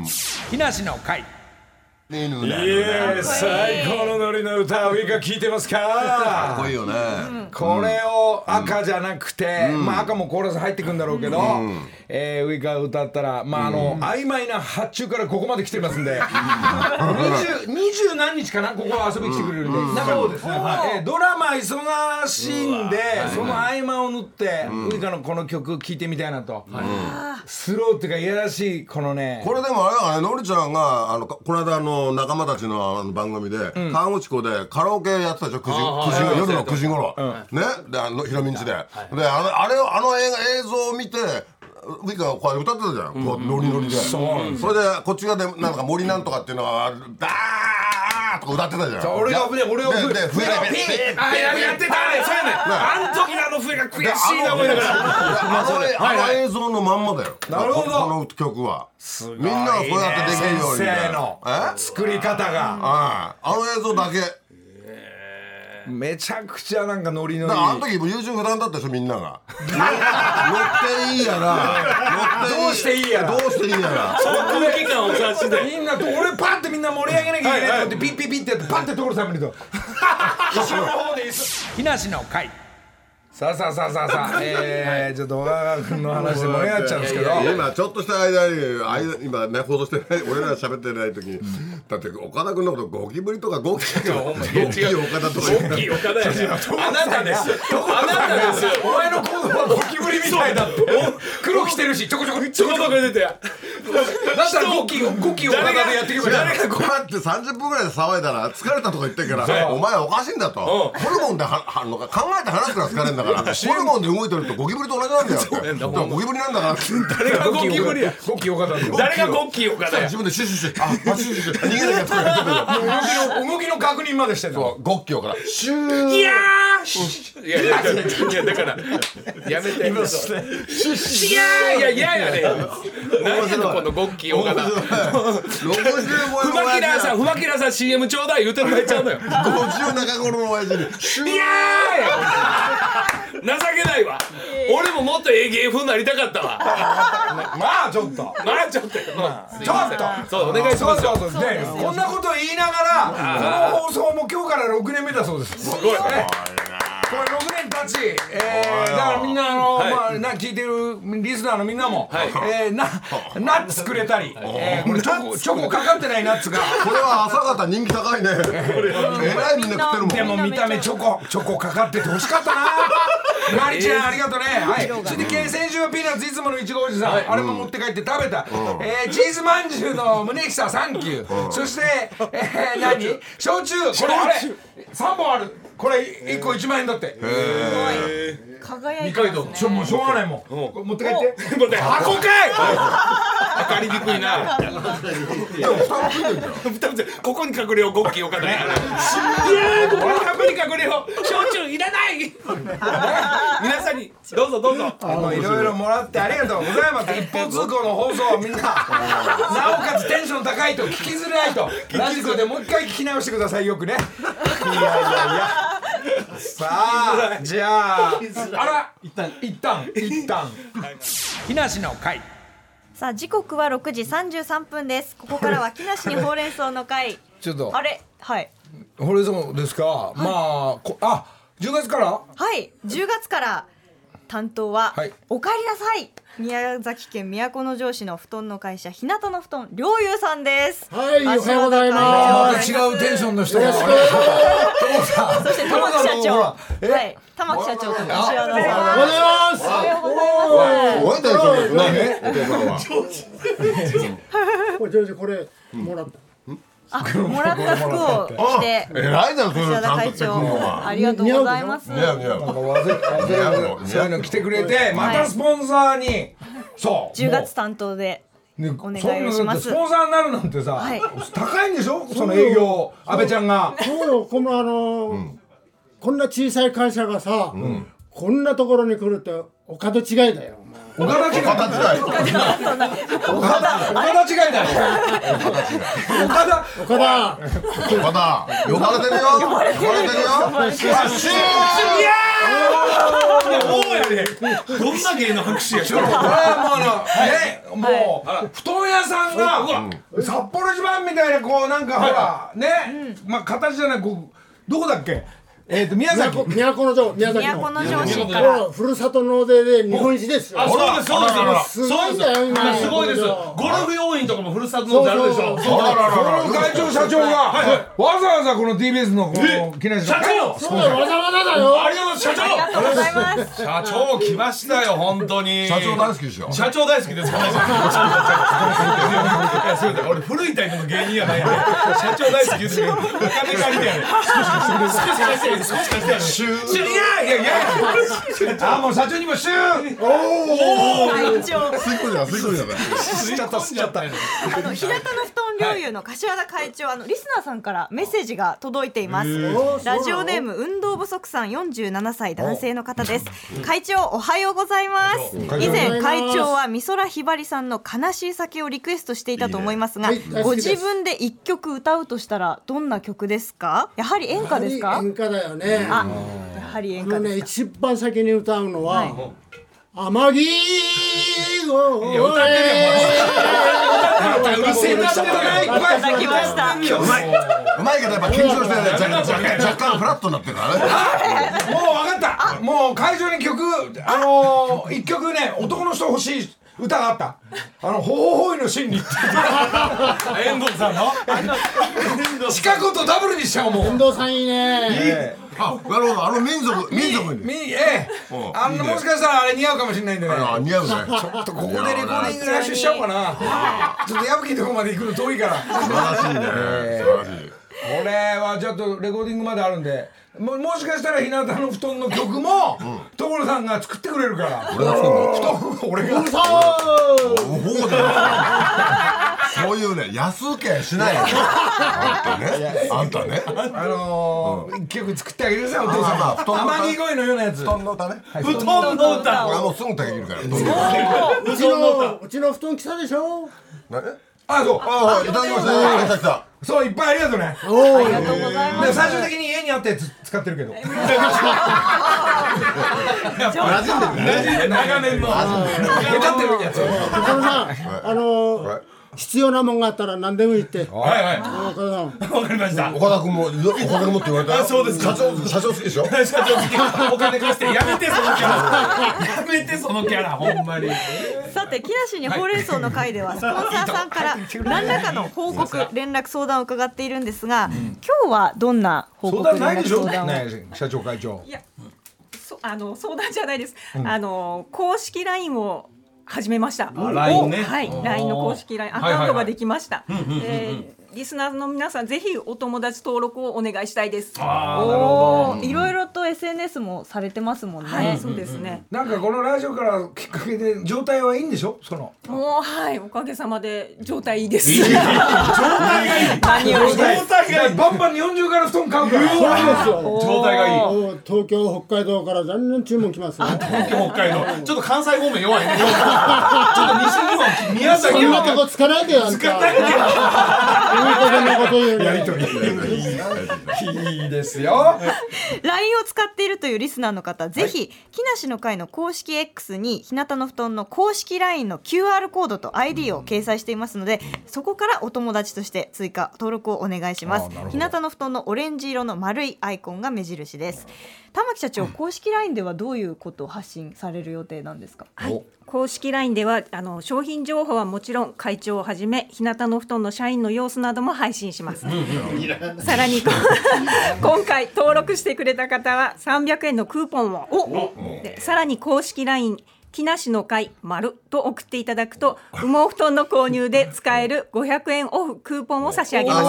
S3: 木梨の会
S2: 犬だ
S3: い
S2: よね
S3: え最高のノリの歌ウィが聴いてます
S2: かっこ
S3: か
S2: いいよね
S3: これを赤じゃなくて、まあ赤もコーラス入ってくんだろうけど、えーウィカが歌ったら、まああの、曖昧な発注からここまで来てますん で、20 20何日かな、ここは遊びに来てくれるんで、なんかえードラマ忙しいんで、その合間を縫って、ウイカのこの曲聴いてみたいなと、スローっていうか、いやらしい、このね、
S2: これでもあれだからねのりちゃんがあのここの間あの仲間たちのあの番組で河口湖でカラオケやってたでしょ9時9時夜の9時頃ねであのひろみんちでであのあれをあの映画映像を見てウイカがこうやって歌ってたじゃんこうノリノリでそれでこっち側でなんか森なんとかっていうのがダーッとか歌ってたじゃん
S3: 俺が、ね、俺が、
S2: でで笛がピッ
S1: あややってたねそうやねあん時のあの笛が悔しいな思いながら
S2: あの映像のまんまだよ
S3: なるほど
S2: ここの曲はみんながそうやってできるようにみたいな
S3: 先生の
S2: え
S3: 作り方が、
S2: ああの映像だけだか
S3: めちゃくちゃなんかノリノリ。
S2: らあの時も YouTube 不断だったでしょみんな が乗っていいやら乗っていい
S3: どうしていいやら
S2: どうしていいやら
S6: その空気感を察して
S3: みんなと俺パッてみんな盛り上げなきゃいけないと思ってピッピッピッってやってパッて所さん見ると後ろの方でいいっす日梨の会さあさあさあさあさ あえーちょっと小川君の話で盛り上がっちゃうんですけど
S2: 今ちょっとした間に間今ね報道して ない俺ら喋ってない時にだって岡田君のことゴキブリとかゴキゴキ岡田とか言う
S6: 大きい岡田やねあなたですあなたですよ
S3: お前の行動はゴキブリみたいだって黒着てるしちょこちょこち
S6: ち
S3: ょ
S6: ょ
S3: こ
S6: こちょ
S3: ちょこ
S6: こ出てや
S3: だったらゴキゴキ岡田でやっていけばいいじゃん
S2: 誰がこうやって30分ぐらいで騒いだら疲れたとか言ってるからお前おかしいんだとホルモンでははの考えて話すから疲れるん だからホルモンで動いてるとゴキブリと同じなんだよってだからゴキブリなんだからって
S6: 誰がゴキブリや
S3: ゴキ岡田で
S6: 誰がゴッキー岡田や
S2: 自分でシュッシュッシュッあシュッシュッシュッ逃げなきゃとか言ってるから
S3: 動きの動きの確認までしてんの
S2: ゴッキョからシュー
S6: いやーいやいやいやだからやめていやいやいややね何やのこのゴッキー岡田ふ
S2: 65の
S6: ま
S2: 親
S6: きらさん
S2: 父
S6: ふまきらさん CM ちょうだい言うてもらえちゃうのよ
S2: 50中頃の親父にシュー
S6: いやー情けないわ俺ももっとええ芸風になりたかったわ
S3: まあちょっと
S6: まあちょっともう
S3: ちょっと
S6: そうお願いしますよ
S3: そうそうそうねこんなこと言いながらこの放送も今日から6年目だそうですすごいこれ6年経ち、えー、だからみんなあの、まあ、な聞いてるリスナーのみんなも、えーなナッツくれたり、えー、これチョコチョコかかってないナッ ツが
S2: これは朝方人気高いねえらいみんな食ってるもん
S3: でも見た目チョコチョコかかってて欲しかった なマリちゃんありがとねはいそれで先週はピーナッツいつものいちごおじさん、あれも持って帰って食べた、えーチーズまんじゅうの胸ひさサンキュー、そして、えー、何焼酎これあれ3本あるこれ1個1万円だって、
S4: 輝いてますね
S3: ちょもうしょうがないもん、これ持って帰って
S6: 待って箱かい分かりにくいな
S2: でも蓋もついてるじゃん
S6: 二つここに隠れようゴッキー岡田いやーここに隠れよう焼酎いらない皆さんにどうぞどうぞ
S3: あのいろいろもらってありがとうございます一方通行の放送をみんななおかつテンション高いと聞きづらいとラジコでもう一回聞き直してくださいよくねいやいやいやさあじゃああら一旦一旦一旦日梨の会
S4: さあ時刻は6時33分ですここ からは木梨にほうれん草の会
S3: ちょっと
S4: あれはい
S3: 堀江さんですか、まあこあ10月から
S4: はい10月から担当は、
S3: はい
S4: おかえりなさい宮崎県都城市の布団の会社日向の布団良友さんです
S7: はい
S4: 足技
S7: おはようございま
S4: 会
S7: す
S3: また違うテンションの人がそ
S4: そして玉木社長
S3: ほらえ
S4: はい玉木社長と石和田
S7: お
S4: さん
S7: はようございます
S4: おはようございます
S2: すごいテンションですねお父さんは
S7: これジョージこれもらった
S4: あもらった服を着て
S2: 偉いじゃんそれ
S4: 石
S2: ちゃ
S4: 和田
S2: んとっ
S4: 会
S2: てくる
S4: 長
S2: のは
S4: ありがとうございます
S2: 似合う似合う
S3: ういうの来てくれてまたスポンサーにそう
S4: 10
S3: もう
S4: 月担当で
S3: ね、
S4: お願いをしま
S3: そ
S4: す
S3: んなだってスポンサーになるなんてさ、
S4: はい
S3: 高いんでしょその営業安倍ちゃんが
S7: そうよこのあのーこんな小さい会社がさ、こんなところに来るってお門違いだよお前
S3: 岡田違い岡田違いだよ岡田
S7: 岡田
S2: まだ呼ばれてるよ呼ばれてるよシュー
S3: いや
S1: おやねどんな芸の拍手や
S3: ちょっとこれはもうあのね、もう布団屋さんが、札幌自慢みたいなこうなんかほらね、まあ形じゃないこうどこだっけ？えっと宮崎。
S7: 都の城宮崎の
S4: 都城市から
S7: もうふるさと納税で日本一ですよ
S1: あ、そうです、そうです、
S7: すごいんだよ今
S1: すごいです。ゴルフ要員とかもふるさとのなるでしょ。
S2: あらら
S3: こ
S2: らら
S3: の会長社長が、わざわざこの TBS のこの木梨
S1: 社長
S7: そうだよわざわざだよ
S1: ありがとうございます、社
S4: ありがとうございます。
S1: 長社長来ましたよ、本当に。
S2: 社長大好きでしょ
S1: 社長大好きです。私いやそれだ俺古いタイプの芸人やないやね。社長大好きです。お金借りてやる。少し貸してやる。少し貸してやる。
S2: シュー
S1: いやいやいや。
S3: あもう社長にもシュー
S4: 会長。
S2: 吸い込んじゃう吸い込んじゃう
S1: 吸っちゃった吸っちゃった。
S4: あの日向の布団領有の柏田会長、あのリスナーさんからメッセージが届いています。ラジオネーム運動不足さん47歳男性の方です。会長おはようございます。以前会長は美空ひばりさんの悲しい酒をリクエストしていたと思いますが、
S7: いいねはい
S4: ご自分で一曲歌うとしたらどんな曲ですか？やはり演歌ですか？
S7: 演歌だよね
S4: あ、やはり演
S7: あの
S4: 歌
S7: ね
S4: です
S7: 一番先に歌うの
S4: か。は。
S7: はい天城
S1: いや
S7: 越
S1: 歌ってるよ
S7: え
S1: うるせえな。
S4: いただきました。
S2: うまいうまいけどやっぱ緊張してね若干若干フラットになってるからね
S3: もう分かったもう会場に曲あのー、一曲ね男の人欲しい歌があったあの「ほほほいの真理」って
S1: 遠藤さんの。
S3: 近くとダブルにしちゃうも
S7: 近
S3: う
S7: 藤さんいいね
S2: あなるほどあの民族民族に
S3: みええ
S2: うん
S3: あのもしかしたらあれ似合うかもしれないんでね
S2: あ似合うねちょっと
S3: ここでレコーディング来週しちゃおうかなちょっと矢吹のとこまで行くの遠いから
S2: 素晴らしいね素晴らしい
S3: これはちょっとレコーディングまであるんでももしかしたら日向の布団の曲も所さんが作ってくれるから俺が布団俺が
S2: おおだよそういうね安請けしないよあんたねあんたね
S3: あのー、一曲作ってあげてくださいお父
S2: まあまあ
S3: さ
S2: 布
S3: んも
S2: 団の
S3: 天城越えのようなやつ
S2: 布団の歌ね
S1: 布団の歌。
S2: 俺はもうすぐ竹切るから布団の
S7: うちのうちの布団来たでしょ
S2: 歌ね
S3: あそう
S2: ああいただきました来た来た
S3: そういっぱいありがとうね
S4: ありがとうございます
S3: で。最終的に家にあって使ってるけど
S1: 長年の。
S3: 歌ってるやつはい
S7: 岡田さんあの
S2: はい
S7: 必要なもんがあったら何でも言って
S3: は
S7: 岡田さん
S1: わかりました。
S2: 岡田君も岡田君もって言われたよ
S1: そうです
S2: 社長社長好きでしょ
S1: 社長好きお金貸してやめてそのキャラやめてそのキャラほんまに
S4: さて木梨にほうれん草の会ではスポンサーさんから何らかの報告連絡相談を伺っているんですが、今日はどんな報
S3: 相
S4: 告
S3: 談ない
S4: 連絡
S3: でしょ
S4: 相談を
S3: ねえ社長会長
S8: そあの相談じゃないです、あの公式 LINE を始めました。
S1: LINE ね
S8: おはい、LINE の公式 LINE アカウントができました。えーリスナーの皆さんぜひお友達登録をお願いしたいです。は
S4: おーいろいろと SNS もされてますもんね、
S8: い、そうですね。
S3: なんかこのラジオからきっかけで状態はいいんでしょその
S8: もうはい、おかげさまで状態いいです。
S4: 何よりです
S3: 状態がいいバンバン日本中から布団買うから
S7: そうですよ
S1: 状態がいい
S7: もう東京北海道から全然注文来ますよ
S1: 北海道ちょっと関西方面弱い ねちょっと西日本宮
S7: そ
S1: 崎
S7: んなと
S1: は
S7: こつかないでよあんた いい加減なこと言うね
S3: いいですよ
S4: LINE を使っているというリスナーの方ぜひ木梨の会の公式 X に日向の布団の公式 LINE の QR コードと ID を掲載していますのでそこからお友達として追加登録をお願いします日向の布団のオレンジ色の丸いアイコンが目印です玉木社長公式 LINE ではどういうことを発信される予定なんですか
S8: はい、公式 LINE ではあの商品情報はもちろん会長をはじめ日向の布団の社員の様子なども配信しますさらにこ今回登録してくれた方は300円のクーポンをでさらに公式 LINE 木梨の会丸と送っていただくと羽毛布団の購入で使える500円オフクーポンを差し上げます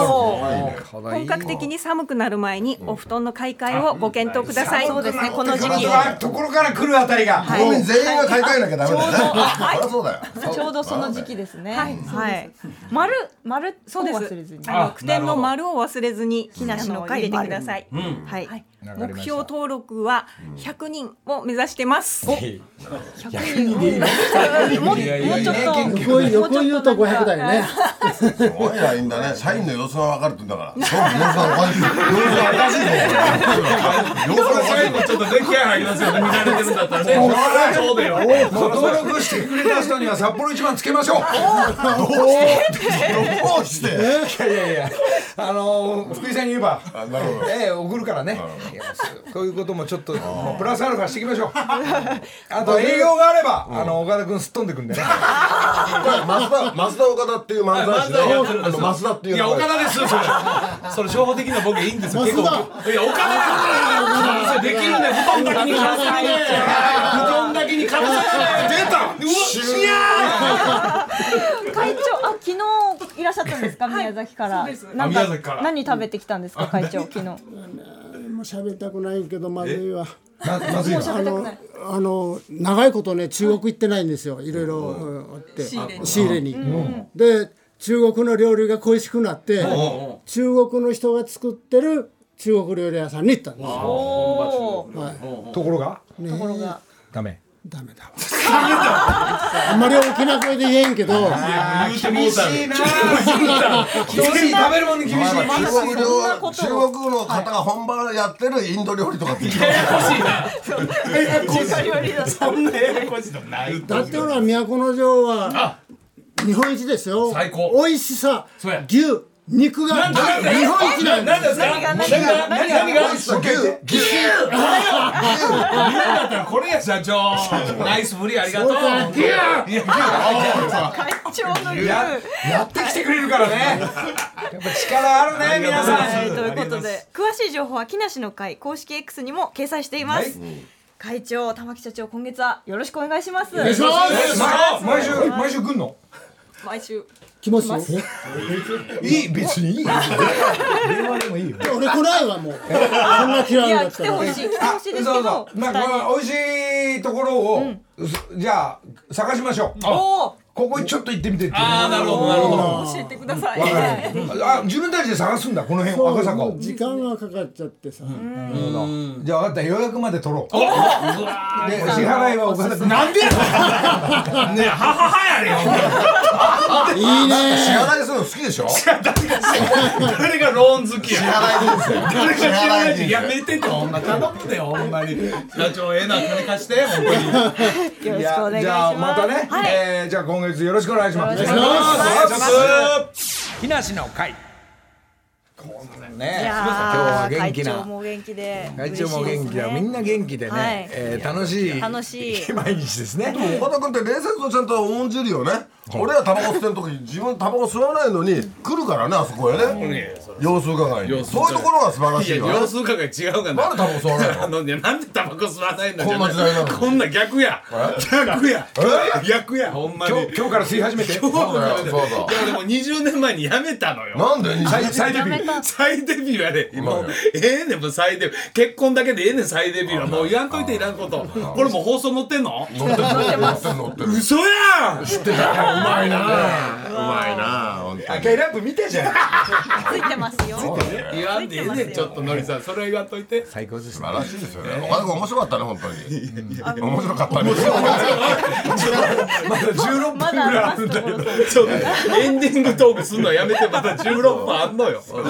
S8: 本格的に寒くなる前にお布団の買い替えをご検討ください
S4: そうですねこの時
S3: あ
S4: 期
S3: とはところから来るあたり が
S2: 国民全員が買い替えなきゃダメだよねそりゃそうだよ
S4: ちょうどその時期ですね。はい、はい、丸、丸、
S8: そうです
S4: 忘れずに。
S8: あの句点の丸を忘れずに木
S4: 梨の会
S8: 入れてください。
S4: はい、
S3: わかりました
S9: 目標登録は100人を目指してます。
S4: もう
S3: いやい
S4: も
S3: や
S4: う
S3: い
S4: ちょ
S3: や
S4: っ
S3: ね
S4: と
S3: 結
S7: 横横言うと500台ね
S2: すごいラインだね。 社員の様子がわかるって言うんだ から。そう、様子がおかしい。様子がおかしいぞ。様子がおかしいぞ。
S1: ちょっと電気屋入りますよね見られてるんだったらねちょうどよ
S3: もう登録してくれた人には札幌一番つけま しょう
S2: どうしてどうして
S3: いやいや、あのー、福井さんに言えば、
S2: あなるほど
S3: ええ送るからね。いやそうこういうこともちょっと、もうプラスアルファしていきま しょう。あと営業があれば、あの岡田君すっ飛んでくん でね。
S2: 増田、増田岡田っていう漫才師ね。あの増田っていう
S1: いや
S2: 名
S1: 岡
S2: 前。
S1: 田ですよそれそれ情報的なボケいいんですよ結構いや岡田ですそれできるね布団だけにかぶせないで布団だけにかぶせないで出たうわしや
S4: 会長あ昨日いらっしゃったんですか宮崎から。なん
S1: 宮崎から
S4: 何食べてきたんですか会長昨日。
S7: もう喋りたくないけどまずいわ
S3: ままずいわ。
S7: あのあの長いことね中国行ってないんですよいろいろうんあって仕入れにで中国の料理が恋しくなって中国の人が作ってる中国料理屋さんに行ったんですよ
S4: おお。
S3: ところが、
S4: ところが。
S3: ダメ。
S7: ダメだわあんまり大きな声で言えんけど
S1: 言うてもうた
S3: いな。人に食べるものに厳しい。
S2: まあ中国料
S4: そんなこと
S2: 中国の方が本場やってるインド料理とかって言ってます
S1: そんなややこしいのない
S7: だってほら都城は日本一ですよ
S1: 最高
S7: 美味しさ
S1: そうや
S7: 牛肉が日本一なんです
S4: 何が何が何が。
S1: 何が
S2: 美味しさ牛牛
S1: だったらこれや社長ナイスフリーありがとう
S4: 会長の言う。
S3: ややってきてくれるからね。やっぱ力あるね、皆さん。
S4: はい、ということで詳しい情報は木梨の会公式 X にも掲載しています、会長玉木社長今月はよろしくお願いしますお願いし
S3: 毎毎週、毎週来んの。
S4: 毎週
S7: 来ますよ
S2: いい別にいい
S7: 俺来ないわもうこんな嫌
S4: い
S7: いだ
S4: や
S7: っ
S4: 来
S7: た
S4: て
S7: ら
S4: ほしい来てほしいですけど
S3: そうそうまあ、
S4: 二人
S3: まあ美味しいところを、そじゃあ探しましょう。
S4: おお
S3: ここにちょっと行ってみてっていう。
S1: ああなるほどなるほど
S4: 教えてください
S3: あ自分たちで探すんだこの辺
S7: そう
S3: 赤坂
S7: も
S3: を
S7: う時間がかかっちゃってさ
S3: じゃあ分かった予約まで取ろう
S1: お
S3: で支払いは岡田君
S1: なんでやねえはははやれよ
S7: いいね
S2: 支払いするの好きでしょ
S1: 誰がローン好きや
S2: 支払いですよ
S1: 誰が知らないし
S2: 支
S1: や
S2: 払い
S1: めてってほんま頼むでよほんまに社長ええな金貸して本当に
S4: よろしくお願いします
S3: じゃあまたね、
S4: はい
S3: えーじゃあ今月よろしくお願いします
S4: よろしくお願いします
S1: 日梨の会
S3: ね
S4: いや
S3: 今日は
S4: ー
S3: 元気
S4: 会長
S3: な
S4: も元気で
S3: 会長も元気だ、
S4: 嬉しいですね
S3: みんな元気でね、
S4: はい
S3: えー楽しい
S4: 楽しい
S3: 毎日ですね
S2: 岡田君って冷静とちゃんと重んじるよね俺らタバコ吸ってる時自分タバコ吸わないのに来るからねあそこへね様子伺いにそういうところが素晴らしいよね
S1: 数感が違うが
S2: なんでタバコ吸わない の
S1: あのね、なんでタバコ吸わないんだ
S2: こんな時代なのに
S1: こんな逆や逆や逆やほんまに
S3: 今日今日から吸い始めて
S2: そうだよそう
S1: いやでも20年前に辞めたのよ
S2: だなんで
S3: 最最デビュー
S1: 再デビューやで、今
S2: まあね
S1: ええねんもう再デビュー結婚だけでええねん再デビューはもう言わんといていらんことこれもう放送載ってんの
S2: 乗ってる乗ってる乗ってる乗ってる
S1: 嘘やん
S2: 知ってたうまいなうまいな本当に
S3: ケイランプ見た じゃん
S4: ついてますよ
S1: 言わんでええねんちょっとのりさんそれは言わんといて
S3: 最高です
S2: 素晴らしいですよね岡田君面白かったね本当に面白かったね
S3: まだ16分ぐ
S4: ま
S3: らい
S4: だラストこの
S1: ちょっとエンディングトークすんのやめてまた16分あんのよそう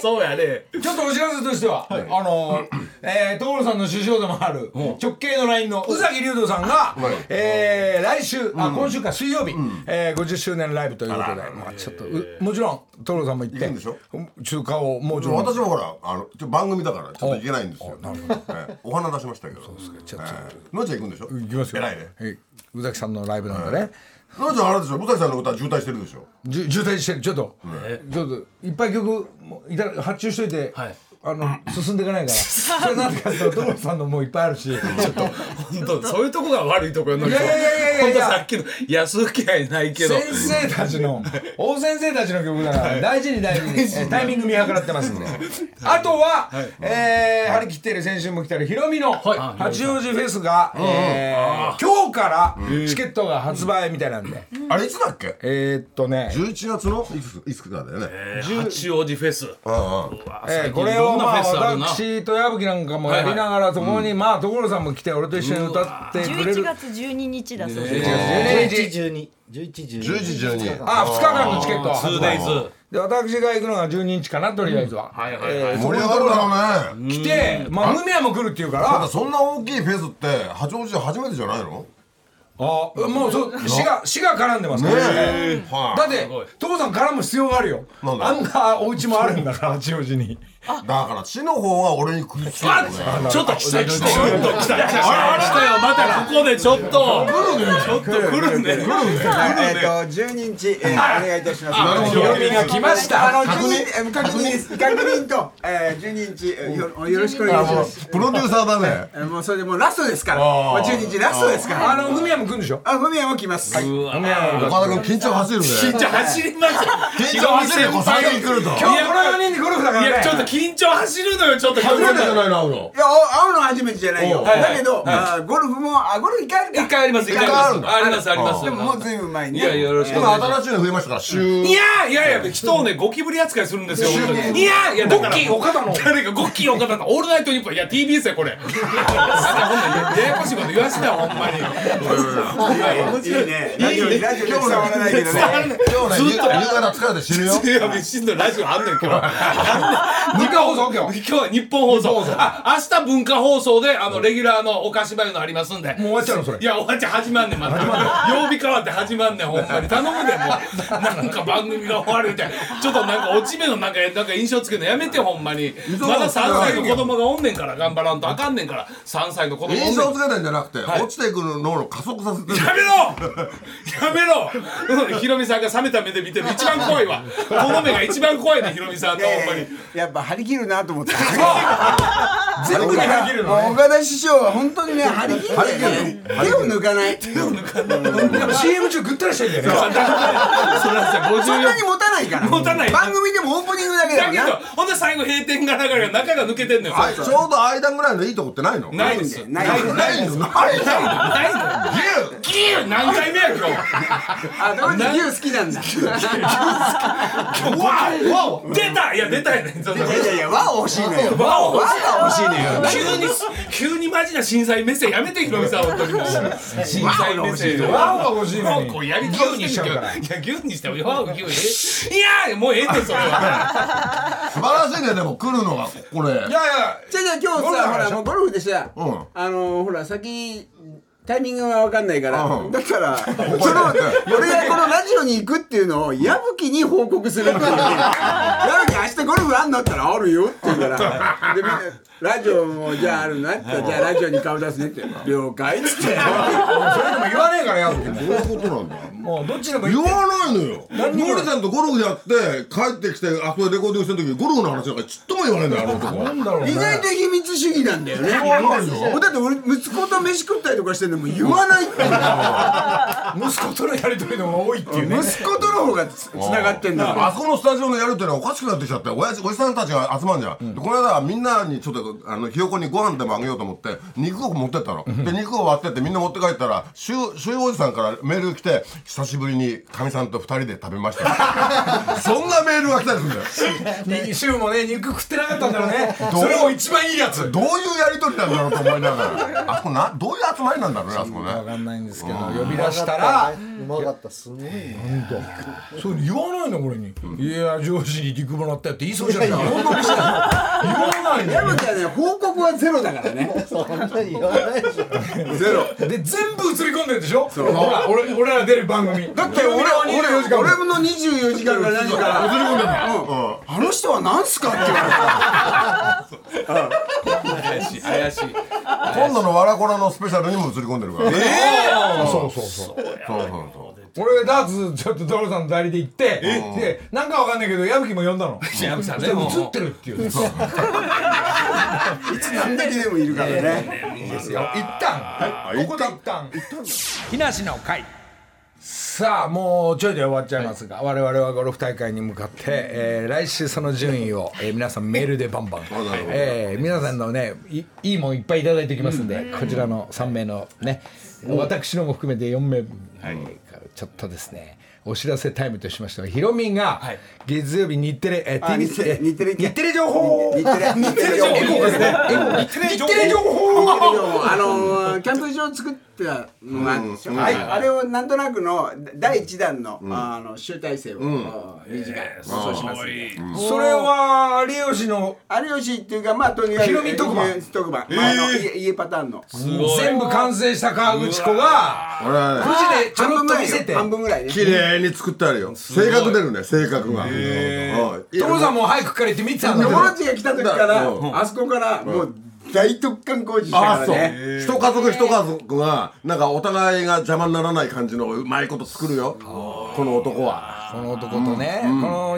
S1: そうやね
S3: ちょっとお知らせとしては、あのー、えー、所さんの師匠でもある、直系のラインの宇崎竜斗さんが、えー、来週、あ、今週か、水曜日、えー、50周年ライブということで、まあちょっと、うもちろん、所さんも行って、
S2: 行くんでしょ
S3: 中華を、もちろん、
S2: 私もほらあのちょ番組だからちょっと行けないんですよええお花出しましたけど
S3: ちょっと
S2: ええのりちゃん行くんでしょ
S3: 行きますよ。
S2: 偉いね
S3: え宇崎さんのライブなんでね、
S2: のりちゃんあれでしょ舞台さんの歌渋滞してるでしょ
S3: じゅ渋滞してる、ちょっと、ちょっと、いっぱい曲もいただ発注しといて、あの、進んでいか ないから、それなんでかっていうと、所さんのもいっぱいあるし、ちょっと、
S1: 本当そういうとこが悪いとこよのりさん
S3: いやいやいやいやいや
S1: 本当さっきの安請け合いないけど
S3: 先生たちの大先生たちの曲だから大事に大事に、えータイミング見計らってますんであとは、えー張り切ってる先週も来たるヒロミの八王子フェスが、えー今日からチケットが発売みたいなんで、
S2: あれいつだっけ
S3: えーっとね、
S2: 11月のいくついくつかだよね
S1: 八王子フェス
S2: うんうん
S3: えーこれをとま
S1: なフ
S3: あ
S1: ェスあるな
S3: 私と矢吹なんかもやりながらそこにまあ所さんも来て俺と一緒に歌ってくれ
S4: 11
S3: る
S4: 月12日だそうです。
S3: 11月12日
S10: 十二十一十
S2: 10時12
S3: あ2日間のチケット発売
S1: 2days
S3: で私が行くのが12日かなとりあえずは、
S1: はいはいはい
S3: えー
S2: 盛り上がるだろうね
S3: 来てまあムミヤも来るっていうから
S2: ただそんな大きいフェスって八王子で初めてじゃないの
S3: あもうそう死が死が絡んでますから
S2: え
S3: だ
S2: は
S3: って所さん絡む必要があるよ
S2: なんだ
S3: あんなお家もあるんだから八王子に
S2: いだから地の方は俺に食いつくよね
S1: ちょっと来た来たちょっと来た来た来た来たよまたここでちょっとちょっと来るね
S11: えっと12日えーお願いいたします。
S3: 読みが来ました
S11: あの確認えー確認です確認とえー12日えーよよろしくお願いします。
S2: プロデューサーだね
S11: えーもうそれでもうラストですから。
S2: あー
S11: もう12日ラストですから。
S3: あのムミヤも来るんでしょ
S11: あ、フミヤも来ます。はい。
S2: 岡田君緊張走るね
S1: 緊張走ります
S2: 緊張走るねこう最近来ると
S3: 今日この4人でゴルフだか
S1: いや
S3: らね
S1: ちょっと緊張走るのよちょっと
S2: 初めてじゃないの会うの
S11: いや、お会うの初めてじゃないよ。
S2: はい
S11: だけど、あーゴルフも、あ、ゴルフ一回あるか。
S1: 一回あります一回ありますありますあります
S11: でももうずいぶん前に。
S1: いやよろしくお
S2: 今
S1: 願いします
S2: 新しいの増えましたから週
S1: いやいやいや人をねゴキブリ扱いするんですよ本当にいやいやだからゴッキー岡田の誰がゴッキー岡田のオールナイトニッポンいや TBS やこれなんかほんとにややこしいこと言わせたよほんまに
S11: 面白いね。ラジオに、ラジオに伝わらないけどね。
S2: 今日ね夕夕方疲れて死 ぬよ
S1: いや別にラジオあんねん今日
S3: 日本放送今日
S1: 今日は日本放送あ明日文化放送であのレギュラーのお菓子ばゆのありますんで
S3: もう終わっちゃうのそれ
S1: いやおばちゃん始まんねんまた曜日変わって始まんねんほんまに頼むでもうなんか番組が終わるみたいなちょっとなんか落ち目のなんかなんか印象つけるのやめてほんまにまだ3歳の子供がおんねんから頑張らんとあかんねんから3歳の子供おんねん
S2: 印象つけてんじゃなくて落ちてくる脳の加速させてる
S1: やめろやめろヒロミさんが冷めた目で見てる一番怖いわこの目が一番怖いねヒロミさんのほんまに
S11: えーやっぱ張り切るなと思って。
S3: 全部に張り切るのね
S11: 岡田師匠は本当にね、張り切ってね、手を抜かない。手を抜かない。
S3: でも CM 中ぐったりしてんだよね
S1: それはさ
S11: そん
S1: 54
S11: なに持たないから。
S1: 持たない
S11: 番組でもオープニングだけだ
S1: だ
S11: もん
S1: け
S11: な
S1: ど。ほんで最後閉店が流れが中が抜けてんのよ
S2: あちょうど間ぐらいのいいとこってないの
S1: ないんですよ
S11: ないよ
S2: ないのないの
S1: ないのギュー何回目や今日
S11: あ、どうも牛好きなんだ。
S1: わお出たいや出たやねんそんない
S11: やいや、和欲しいのよ。和
S1: わお
S11: が欲しいのよ。
S1: 急に急にマジな審査員目線やめてひろみさん本当にもう審査員目線
S3: ワオが欲しいのに
S1: こうやり牛にしちゃうからいや牛にしてもわお牛にいやもうええってそれは
S2: 素晴らしいねでも来るのがこれ
S3: いやいや
S11: じゃあじゃあ今日さ、ほら、もうゴルフでさ、
S2: うん
S11: あのー、ほら、先に、タイミングが分かんないから、
S2: うん
S11: だから、 その、俺がこのラジオに行くっていうのを、矢吹に報告する っていう。矢吹、明日ゴルフあんのって言ったら、あるよって言う から、で、みんなラジオも、じゃああるなって言ったら、じゃあラジオに顔出すねって、了解っつって。
S3: それでも言わねえからや
S2: どういうことなんだ
S3: もうどっちでもいい
S2: 言わないのよノリさんとゴルフやって帰ってきてあそこでレコーディングする時にゴルフの話なんかちっとも言わないんだよあの男は
S3: なんだろうね
S11: 意外と秘密主義なんだよね。だって俺息子と飯食ったりとかしてんのも言わないっていう
S3: 息子とのやりとりの方が多いっていうね
S11: 息子との方がつつながってんだから
S2: あそこのスタジオのやるってのはおかしくなってきちゃって親父おじさんたちが集まんじゃん、でこの間みんなにちょっとあのひよこにご飯でもあげようと思って肉を持ってったので肉を割ってってみんな持って帰ったらしゅうしゅうおじさんからメール来て「久しぶりにかみさんと二人で食べました」そんなメールが来たりするんだよ
S3: に週もね肉食ってなかったんだろうねそれも一番いいやつ
S2: どういうやりとりなんだろうと思いながらあそこなどういう集まりなんだろうねあそこ
S3: わ
S2: ね
S3: かんないんですけど呼び出したら
S10: うまかったすごいね
S3: そう言わないの俺にいや上司に肉もらったよって言いそうじゃない本当にした言わないの
S11: 山ちゃんね報告はゼロだからね
S10: そんなに言わないでしょ
S11: ゼロ
S3: で全部映り込んでるでしょほら俺俺ら出る番組だって
S11: 俺俺
S3: 24時間
S11: 俺の24時間から何からうんあの人は何すかって言われた
S1: 怪しい怪しい
S2: 今度の「わらこら」のスペシャルにも映り込んでるからね
S3: そうそうそう
S2: そうそうそう
S3: 俺ダーツちょっと所さんの代理で行ってでなんかわかんないけど矢吹も呼んだ の
S1: いや山口さんね
S3: でも
S1: も
S3: 映っ
S1: う
S3: てるっていうね
S11: 何匹でもいるからね
S3: 一旦ここで一旦木梨の会さあもうちょいで終わっちゃいますが、我々はゴルフ大会に向かって、えー来週その順位を、えー皆さんメールでバンバン、えー皆さんのねいいいもんいっぱいいただいてきますんで、こちらの3名のね私のも含めて4名、えーちょっとですねお知らせタイムとしましたがヒロミが
S6: はい
S3: 月曜日日テレ、えー
S11: あ
S3: TV
S11: 日テレ日テレ
S3: 日テレ情報
S11: 日テレ
S3: 日テレ情報
S11: 日テレ情報
S3: ですね日テレ情報
S11: あのーキャンプ場作ったのがあるんですよ、はいあれをなんとなくの第一弾の,、あの集大成を、あー短いそうします
S3: それは有吉の
S11: 有吉っていうかまあとにかく
S3: ヒロミ特番
S11: えー特番、まああの家家パターンの
S6: すごい
S3: 全部完成した川口湖が
S2: 俺はね
S3: 富士でちょろっと見せて
S11: 半分ぐらいね
S2: 綺麗に作ってあるよ性格出るね性格がはい
S3: 所さんも早くから行って見てたんだ
S11: 友達が来た時から、
S2: うん
S11: あそこからもう大特貫工事したからね
S2: 一家族一家族がなんかお互いが邪魔にならない感じのうまいこと作るよこの男は
S3: この男とね、こ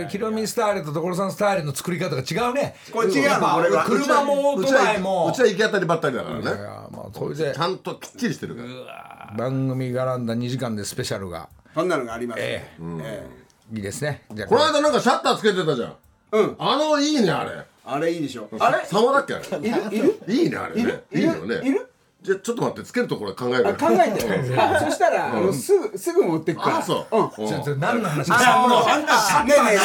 S3: のヒロミスタイルと所さんスタイルの作り方が違うね
S11: これ違うの
S3: やっぱ
S11: 俺は
S3: 車もオ
S2: う
S3: ート
S2: ち
S3: バイも
S2: はうちは行き当たりばったりだからね
S3: あまあそれで
S2: ちゃんときっちりしてるから
S3: 番組絡んだ2時間でスペシャルが
S11: そんなのがあります、
S3: ええ
S11: え
S3: いいですねじゃあ
S2: この間なんかシャッターつけてたじゃん
S11: えうん
S2: あのいいねあれ
S11: あれいいでしょあれ
S2: 様だっけあれ
S11: いるいる
S2: いいねあれねいいよね
S11: いる
S2: じゃあちょっと待ってつけるところ考える
S11: あ考えてそしたら、あのすぐすぐ持ってくから
S2: あそ
S11: うん
S2: う
S3: ちょっと何の話
S11: あもうあんなねえね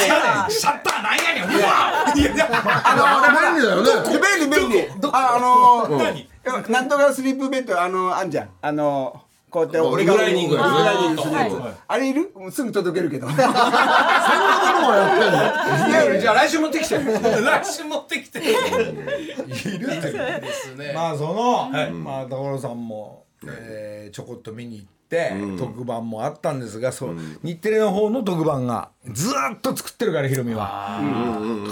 S6: シャッターなんやねんうわいやいや
S2: あの便利だよね
S11: えねえ便利便利ああの
S6: 何
S11: ーなんとかスリープベッドあのあんじゃんあのーこうやって俺が
S2: リクライニング
S11: リクライニングするや
S6: はい
S11: つあれいるもうすぐ届けるけどい
S3: いやじゃあ来週持ってきて
S6: 来週持ってきて
S3: いるって
S6: ですね
S3: まあその、まあ所さんも、えーちょこっと見に行って、特番もあったんですが、そう日テレの方の特番がずーっと作ってるからヒロミは、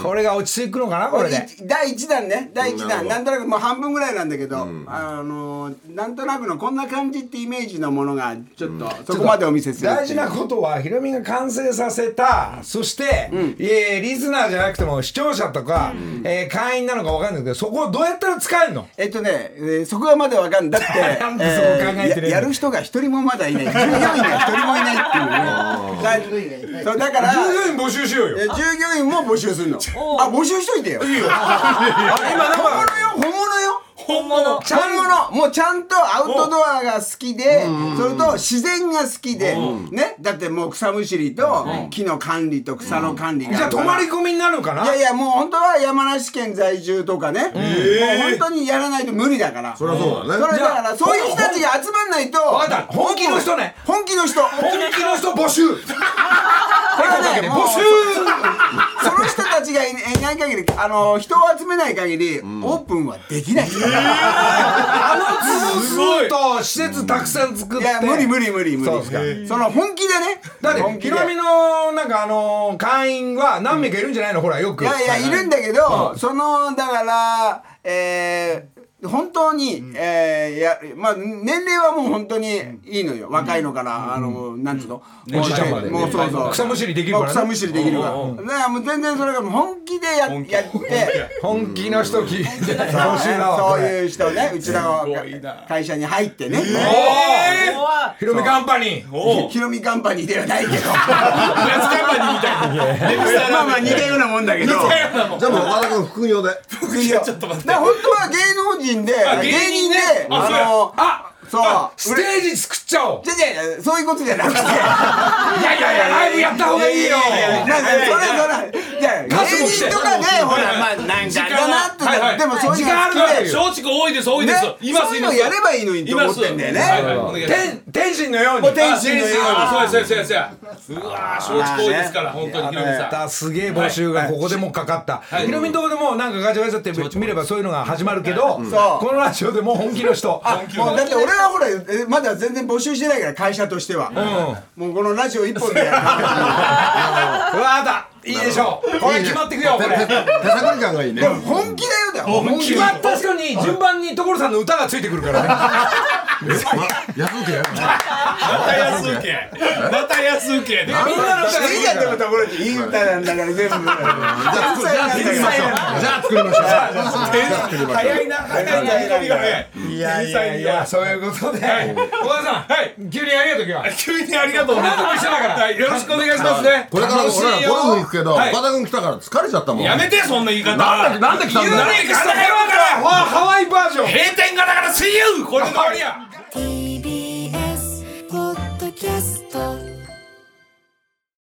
S3: これが落ちていくのかな これで。
S11: 第1弾ね第1
S2: う
S11: 弾
S2: ん
S11: なんとなくもう半分ぐらいなんだけど、あのーなんとなくのこんな感じってイメージのものがちょっとそこまでお見せするっていう
S3: 大事なことはヒロミが完成させたそして、えーリスナーじゃなくても視聴者とか、えー会員なのか分かんないけどそこをどうやったら使えるの
S11: えっとね、えーそこはまだわかんだって
S3: なんでそこ考えてね
S11: ややる人が一人もまだいない従業員が一人もいないっていうねだそうだから
S3: 従業員募集しようよ
S11: え従業員も募集するのあ募集しといてよいいよ本物よ本物よ
S6: 本物
S11: ちゃんものもうちゃんとアウトドアが好きでそれと自然が好きでねだってもう草むしりと木の管理と草の管理が
S3: じゃあ
S11: るか
S3: 泊
S11: ら
S3: まり込みになるのかない
S11: やいやもう本当は山梨県在住とかね、もう本当にやらないと無理だからそ
S2: りゃそうだね
S11: それだからそういう人たちが集まんないと
S3: わかった本気の人ね
S11: 本気の人こ
S3: 本気の人募集
S11: れはねもう
S3: 募集
S11: その人たちがいいない限りあの人を集めない限り、オープンはできないから、
S3: あの
S6: すごい
S3: と施設たくさん作って
S11: いや無理無理無理無
S3: そう
S11: 理
S3: ですか
S11: その本気でね
S3: だって
S11: 本気
S3: ヒ
S11: で
S3: ロミのなんかあのー会員は何名かいるんじゃないのほらよく
S11: いやいや、いるんだけど、その、だから、えー本当に、えーや、まあ、年齢はもう本当にいいのよ。若いのから、あの、なんつうの
S3: おじいちゃんまで
S11: もうそうそう。
S3: 草むしりできるからね
S11: もう草むしりできるから。だからもう全然それがもう本気でややって、
S3: 本気の人聞いて募集だわ
S11: そ
S3: こ
S11: う
S3: れ
S11: いう人ね、うちの
S6: すごいな
S11: 会社に入ってね。
S3: ヒロミカンパニー
S6: おう
S11: ヒロミカンパニーでは ないけど。
S6: ラスカンパニーみたいに
S11: まあまあ似たようなもんだけど。
S6: 似たようなもん
S2: じゃあもう岡田君副業で
S11: いや
S6: ちょっと待って
S11: だから本当は芸能人で、芸
S6: 芸人
S11: 人で
S6: ね、
S11: あ
S6: あ
S11: の、
S3: あ
S11: そう
S3: ス。テージ作っちゃおう
S11: じゃじゃそういうことじゃなくて。
S3: いやいやいやライブやった方がいいよ
S11: なんかそれそれ、じゃあ
S3: 歌手
S11: 芸
S3: も来て
S11: 人とかね、ほら、まあ、なんかだなって、
S6: はいはい
S11: でもそういう
S3: 時間ある
S11: の好きで。
S6: 松竹多いです多いです
S11: ね
S6: います
S11: そういう
S6: ま
S11: の
S6: す
S11: やればいいのにと思ってんだよね
S6: いますはいはいお願いします
S3: 天天心のように
S11: もう天
S6: 心
S11: 心のよ
S6: そうやそうやそうやそうやうわー松竹多いですから本当にヒロミ
S3: ま
S6: さ
S3: たすげえ募集がここでもかかった、ヒロミのとこでもなんかガチャガチャって見ればそういうのが始まるけど、
S11: そう
S3: このラジオでもう本気の人
S11: うに。もうだって俺はほら、えまだ全然募集してないから、会社としては。もうこのラジオ一本でやる。
S3: うわあだいいでしょうこれ決まってくよこれ
S2: 手探り感がいいね
S11: でも本気だよ、だ本
S3: 決まった人に順番に所さんの歌がついてくる からね
S2: 安くやる
S6: んまた安請けまた安請けで
S3: みんなの歌がつ
S11: い
S3: い
S11: い
S3: て
S11: や
S3: くる
S11: でもところでいい歌なんだから全部。
S2: じゃ あ作りましょうじゃあ作りましょう
S6: 早いな早いな
S11: 早いな
S6: 左がね
S3: いやいやいやそういうことで小川さんはい急にありがとう今日は
S6: 急にありがとうねはいよろしくお願いしますね
S2: これから俺らゴルフ行くけど
S6: はい
S2: 岡田君来たから疲れちゃったもん
S6: やめてそんな言い方
S2: なんでなんで来たんだよ
S6: 言うなりかした
S3: ハワイバージョン
S6: 閉店ガラガラ水遊これで終わりや